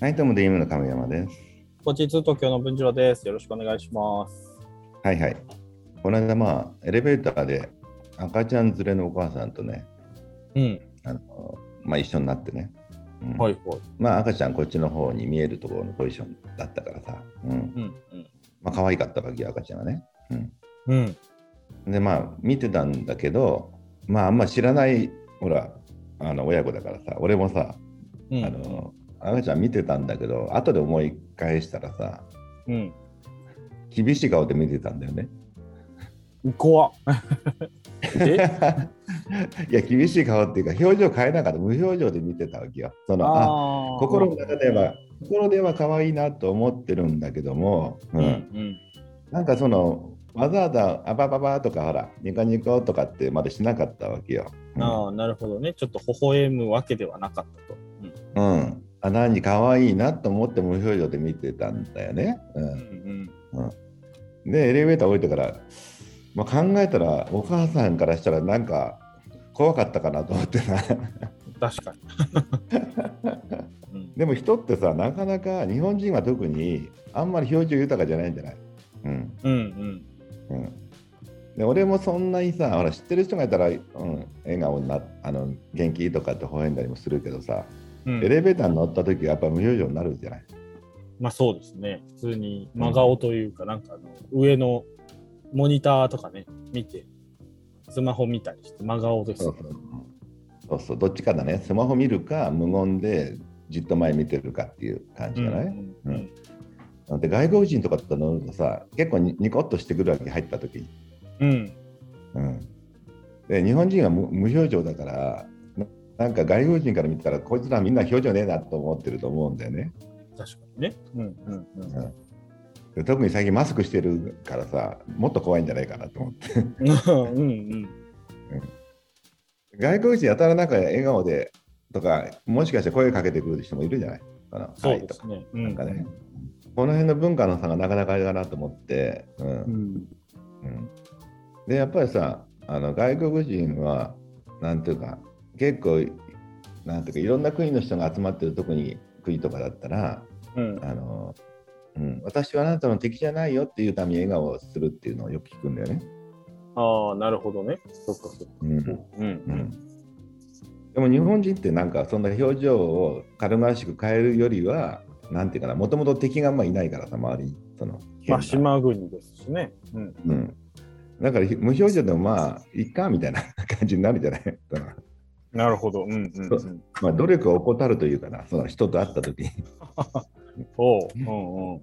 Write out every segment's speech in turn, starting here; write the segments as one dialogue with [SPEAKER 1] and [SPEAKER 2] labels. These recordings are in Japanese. [SPEAKER 1] はい、どうも DM の亀山です。
[SPEAKER 2] こっち東京の文次郎です。よろしくお願いします。
[SPEAKER 1] はいはい。この間、まあ、エレベーターで赤ちゃん連れのお母さんとね、
[SPEAKER 2] うん。
[SPEAKER 1] あのまあ、一緒になってね、うん
[SPEAKER 2] はいはい。
[SPEAKER 1] まあ、赤ちゃんこっちの方に見えるところのポジションだったからさ、うん
[SPEAKER 2] うん
[SPEAKER 1] まあ可愛かったわけよ、赤ちゃんはね。
[SPEAKER 2] うん。うん。
[SPEAKER 1] で、まあ、見てたんだけど、まあ、あんま知らない、ほら、あの親子だからさ、俺もさ、
[SPEAKER 2] うん。
[SPEAKER 1] あの赤ちゃん見てたんだけど、後で思い返したらさ、
[SPEAKER 2] うん。
[SPEAKER 1] 厳しい顔で見てたんだよね。
[SPEAKER 2] 怖っ。 え
[SPEAKER 1] いや厳しい顔っていうか表情変えなかった無表情で見てたわけよ。そのあ
[SPEAKER 2] あー
[SPEAKER 1] 心の中では心では可愛いなと思ってるんだけども、う
[SPEAKER 2] うんんうん。
[SPEAKER 1] なんかそのわざわざあばばばとかほらニコニコとかってまでしなかったわけよ。うん
[SPEAKER 2] ああ、なるほどね。ちょっと微笑むわけではなかったと。うん
[SPEAKER 1] うん、あ何可愛いなと思って無表情で見てたんだよね。
[SPEAKER 2] う
[SPEAKER 1] うんん、でエレベーター降りてから、まあ、考えたらお母さんからしたらなんか怖かったかなと思ってな。
[SPEAKER 2] うん。確かに。うん
[SPEAKER 1] でも人ってさなかなか日本人は特にあんまり表情豊かじゃないんじゃないうん
[SPEAKER 2] うん
[SPEAKER 1] うんで俺もそんなにさほら知ってる人がいたら、うん、笑顔になあの元気とかって微笑んだりもするけどさ、
[SPEAKER 2] うん。うん
[SPEAKER 1] エレベーターに乗った時はやっぱ無表情になるじゃない
[SPEAKER 2] まあそうですね。普通に真顔というか、なんかあの上のモニターとかね、見て、スマホ見たりして真顔ですね。
[SPEAKER 1] そうそうそうどっちかだねスマホ見るか無言でじっと前見てるかっていう感じじゃない、
[SPEAKER 2] うんうんうん
[SPEAKER 1] で外国人とかって乗るとさ結構にニコッとしてくるわけ入った時に
[SPEAKER 2] うん。
[SPEAKER 1] うん、で日本人は無無表情だからななんか外国人から見たらこいつらみんな表情ねえなと思ってると思うんだよね
[SPEAKER 2] 確かにね。うんうんうん。
[SPEAKER 1] で特に最近マスクしてるからさもっと怖いんじゃないかなと思って
[SPEAKER 2] うんうん
[SPEAKER 1] 外国人やたらなんか笑顔でとかもしかして声かけてくる人もいるじゃないあの
[SPEAKER 2] そ
[SPEAKER 1] は
[SPEAKER 2] う
[SPEAKER 1] い
[SPEAKER 2] で
[SPEAKER 1] と
[SPEAKER 2] す
[SPEAKER 1] か
[SPEAKER 2] ね。
[SPEAKER 1] なんかね、この辺の文化の差がなかなかあれだなと思って、うん
[SPEAKER 2] うん。
[SPEAKER 1] うんでやっぱりさあの外国人はなんていうか結構なんていうかいろんな国の人が集まってるとこに国とかだったら
[SPEAKER 2] うん。
[SPEAKER 1] あの、うん、私はあなたの敵じゃないよっていうために笑顔をするっていうのをよく聞くんだよね。
[SPEAKER 2] ああ、なるほどね。そっかそっか。
[SPEAKER 1] うん
[SPEAKER 2] うん
[SPEAKER 1] う
[SPEAKER 2] うん。
[SPEAKER 1] んでも日本人ってなんかそんな表情を軽々しく変えるよりはなんていうかなもともと敵があんまいないからさ周りにその
[SPEAKER 2] まあ、島国ですしね。うん。
[SPEAKER 1] うん、だからひ無表情でもまあいっかみたいな感じになるじゃない その
[SPEAKER 2] なるほど。うんうん。
[SPEAKER 1] そううんまあ努力を怠るというかなその人と会った時にじ
[SPEAKER 2] そう。うんうん。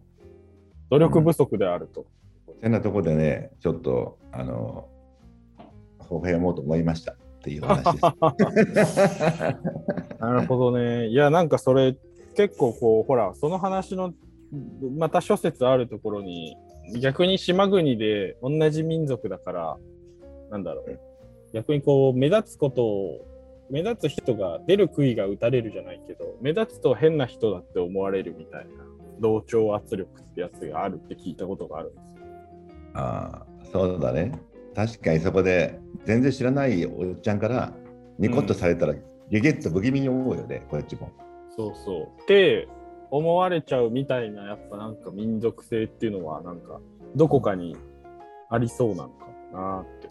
[SPEAKER 2] 努力不足であると。
[SPEAKER 1] ゃなとこでねちょっとあの微笑もうと思いましたっていう話です。
[SPEAKER 2] なるほどね。いや、なんかそれ、結構こう、ほら、その話の、また諸説あるところに、逆に島国で同じ民族だから、なんだろう。逆にこう、目立つことを、目立つ人が出る杭が打たれるじゃないけど、目立つと変な人だって思われるみたいな、同調圧力ってやつがあるって聞いたことがあるんですよ。
[SPEAKER 1] ああそうだね確かにそこで全然知らないおっちゃんからニコッとされたら、ギュギュッと不気味に思うよねこっちも。
[SPEAKER 2] そうそう。って思われちゃうみたいな、やっぱなんか民族性っていうのは、なんかどこかにありそうなのかなって。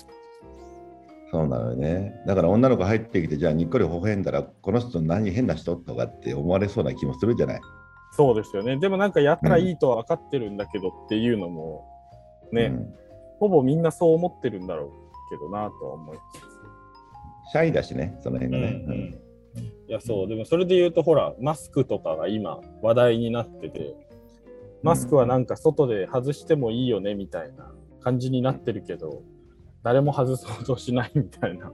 [SPEAKER 1] そうなのよねだから女の子入ってきてじゃあにっこり微笑んだらこの人何変な人とかって思われそうな気もするじゃない。
[SPEAKER 2] そうですよね。でもなんかやったらいいとは分かってるんだけどっていうのも、ね、
[SPEAKER 1] うん
[SPEAKER 2] ほぼみんなそう思ってるんだろうけどなとは思います。
[SPEAKER 1] シャイだしね、その辺がね。
[SPEAKER 2] うんうんいやそうでもそれで言うとほらマスクとかが今話題になっててマスクはなんか外で外してもいいよねみたいな感じになってるけど誰も外そうとしないみたいな。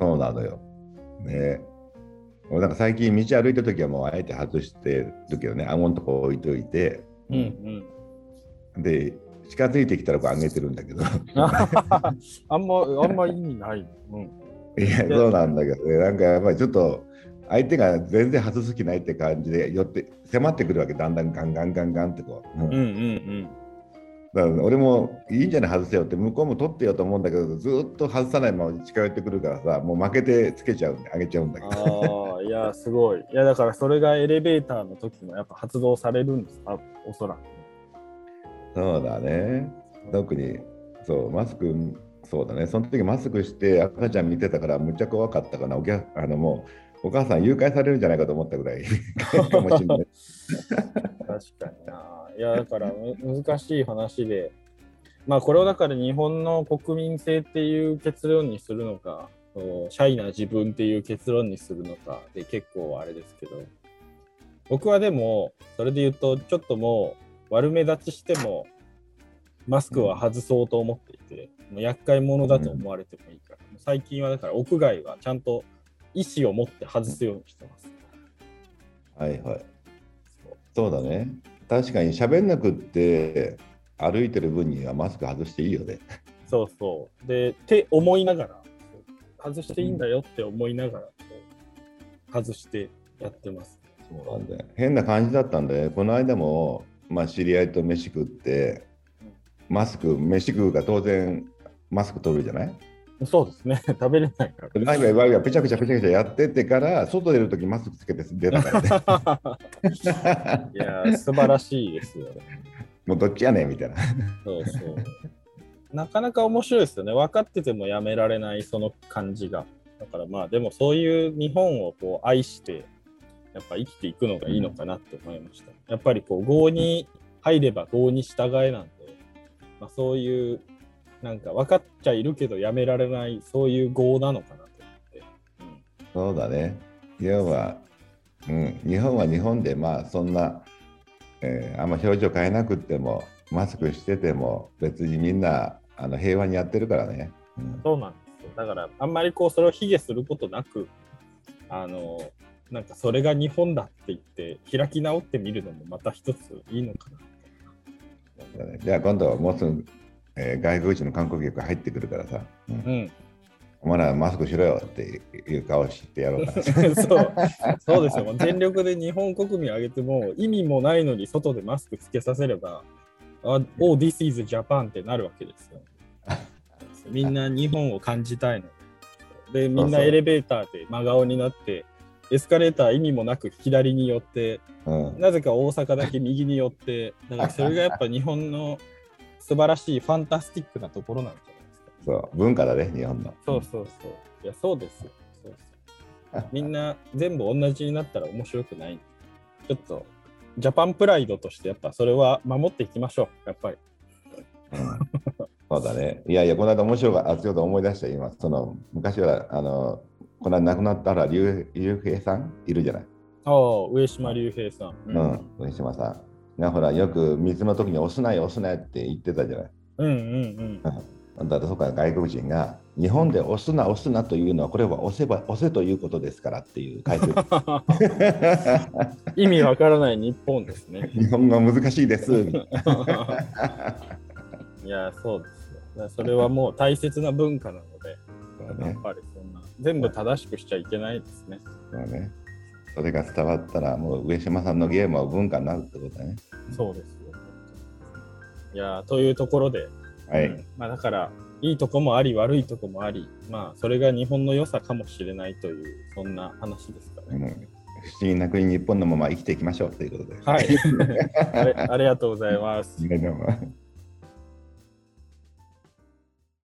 [SPEAKER 1] そうなのよ。ね俺なんか最近道歩いた時はもうあえて外してるけどね、顎のとこ置いといて、
[SPEAKER 2] うん
[SPEAKER 1] で、近づいてきたらこう上げてるんだ けど、
[SPEAKER 2] うん、 あんまあんま意味ない。うん、
[SPEAKER 1] いや、そうなんだけどね、なんかやっぱりちょっと相手が全然外す気ないって感じで、寄って、迫ってくるわけ、だんだんガンガンガンガンってこう。うん
[SPEAKER 2] うんうん
[SPEAKER 1] だから俺もいいんじゃない外せよって向こうも取ってよと思うんだけどずっと外さないまま近寄ってくるからさもう負けてつけちゃうんであげちゃうんだ
[SPEAKER 2] う
[SPEAKER 1] け
[SPEAKER 2] ん。
[SPEAKER 1] ど
[SPEAKER 2] ああいや、すごい。いや、だからそれがエレベーターの時もやっぱ発動されるんです、多分おそらく。
[SPEAKER 1] そうだね。特に、そう、マスク、そうだね。その時マスクして赤ちゃん見てたから、むっちゃ怖かったかな。お客あのもう、お母さん誘拐されるんじゃないかと思ったぐらいかもしれない。
[SPEAKER 2] 確かにな。いや、だからむ難しい話で、まあ、これをだから日本の国民性っていう結論にするのか、そうシャイな自分っていう結論にするのかで結構あれですけど、僕はでも、それで言うと、ちょっともう悪目立ちしても、マスクは外そうと思っていて、もう厄介者だと思われてもいいから、もう最近はだから屋外はちゃんと意思を持って外すようにしてます。
[SPEAKER 1] はいはい。そうだね。確かに喋んなくって、歩いてる分にはマスク外していいよね。
[SPEAKER 2] そうそう。で、って思いながら、外していいんだよって思いながら、こう外してやってます。
[SPEAKER 1] そうなんだよ変な感じだったんだよね。この間も、まあ、知り合いと飯食って、マスク、飯食うが当然マスク取るじゃない
[SPEAKER 2] そうですね。 食べれないか
[SPEAKER 1] ワイワイワイワイペチャペチャペチャペチャやっててから、外出るときマスクつけて出たからね。
[SPEAKER 2] ら。 いやー、素晴らしいですよね。
[SPEAKER 1] もうどっちやねんみたいな。
[SPEAKER 2] そうそう。なかなか面白いですよね。分かっててもやめられないその感じが。だからまあでもそういう日本をこう愛して、やっぱ生きていくのがいいのかなって思いました。やっぱりこう合に入れば合に従えなんで、まあ、そういうなんか分かっちゃいるけどやめられないそういう合なのかなと思って。
[SPEAKER 1] そうだね。要は、うん、日本は日本で、まあそんな、えーあんま表情変えなくっても、マスクしてても、別にみんなあの平和にやってるからね。うん
[SPEAKER 2] そうなんですよ。だから、あんまりこう、それを卑下することなく、あの、なんかそれが日本だって言って、開き直ってみるのもまた一ついいのかな。
[SPEAKER 1] だねじゃあ今度はもうすぐ、えー外国人の観光客が入ってくるからさ、うん
[SPEAKER 2] うん、
[SPEAKER 1] お前らマスクしろよっていう顔してやろ うかな。
[SPEAKER 2] そうそうですよ。もう全力で日本国民挙げても、意味もないのに外でマスクつけさせれば、あ Oh, this is Japan ってなるわけですよ。みんな日本を感じたいの。で、みんなエレベーターで真顔になって、エスカレーター意味もなく左に寄って、
[SPEAKER 1] うん、
[SPEAKER 2] なぜか大阪だけ右に寄って、だからそれがやっぱ日本の素晴らしいファンタスティックなところなんじゃないですか。
[SPEAKER 1] そう文化だね、日本の。
[SPEAKER 2] そうそうそう。いや、そうですよ。そうそうみんな全部同じになったら面白くない。ちょっと、ジャパンプライドとしてやっぱそれは守っていきましょう。やっぱり。
[SPEAKER 1] うんそうだね。いやいや、この間面白かった、ちょうど思い出した、今、その昔は、あの、この間亡くなったら、竜竜兵さんいるじゃない。
[SPEAKER 2] ああ、上島竜兵さん。
[SPEAKER 1] う。ん、上島さん。なほら、よく水の時に押すなよ、押すなよって言ってたじゃない。
[SPEAKER 2] うんうん
[SPEAKER 1] だってそうか、外国人が、日本で押すな、押すなというのは、これは押せば、押せということですからっていう解 説。
[SPEAKER 2] うん。意味わからない日本ですね。
[SPEAKER 1] 日本語難しいです。みたい
[SPEAKER 2] いや、そうですよ。だからそれはもう大切な文化なので。
[SPEAKER 1] な
[SPEAKER 2] や
[SPEAKER 1] ね
[SPEAKER 2] っ。ぱりそんな全部正しくしちゃいけないですね。
[SPEAKER 1] そうね。それが伝わったら、もう上島さんのゲームは文化になるってことだね。
[SPEAKER 2] そうですよ。いやーというところで、
[SPEAKER 1] はい。
[SPEAKER 2] うんまあ、だからいいとこもあり悪いとこもあり、まあ、それが日本の良さかもしれないというそんな話ですか
[SPEAKER 1] う
[SPEAKER 2] ね。
[SPEAKER 1] ん不思議な国 日本のまま生きていきましょうということで。
[SPEAKER 2] はいあれありがとうございます。
[SPEAKER 1] いやでも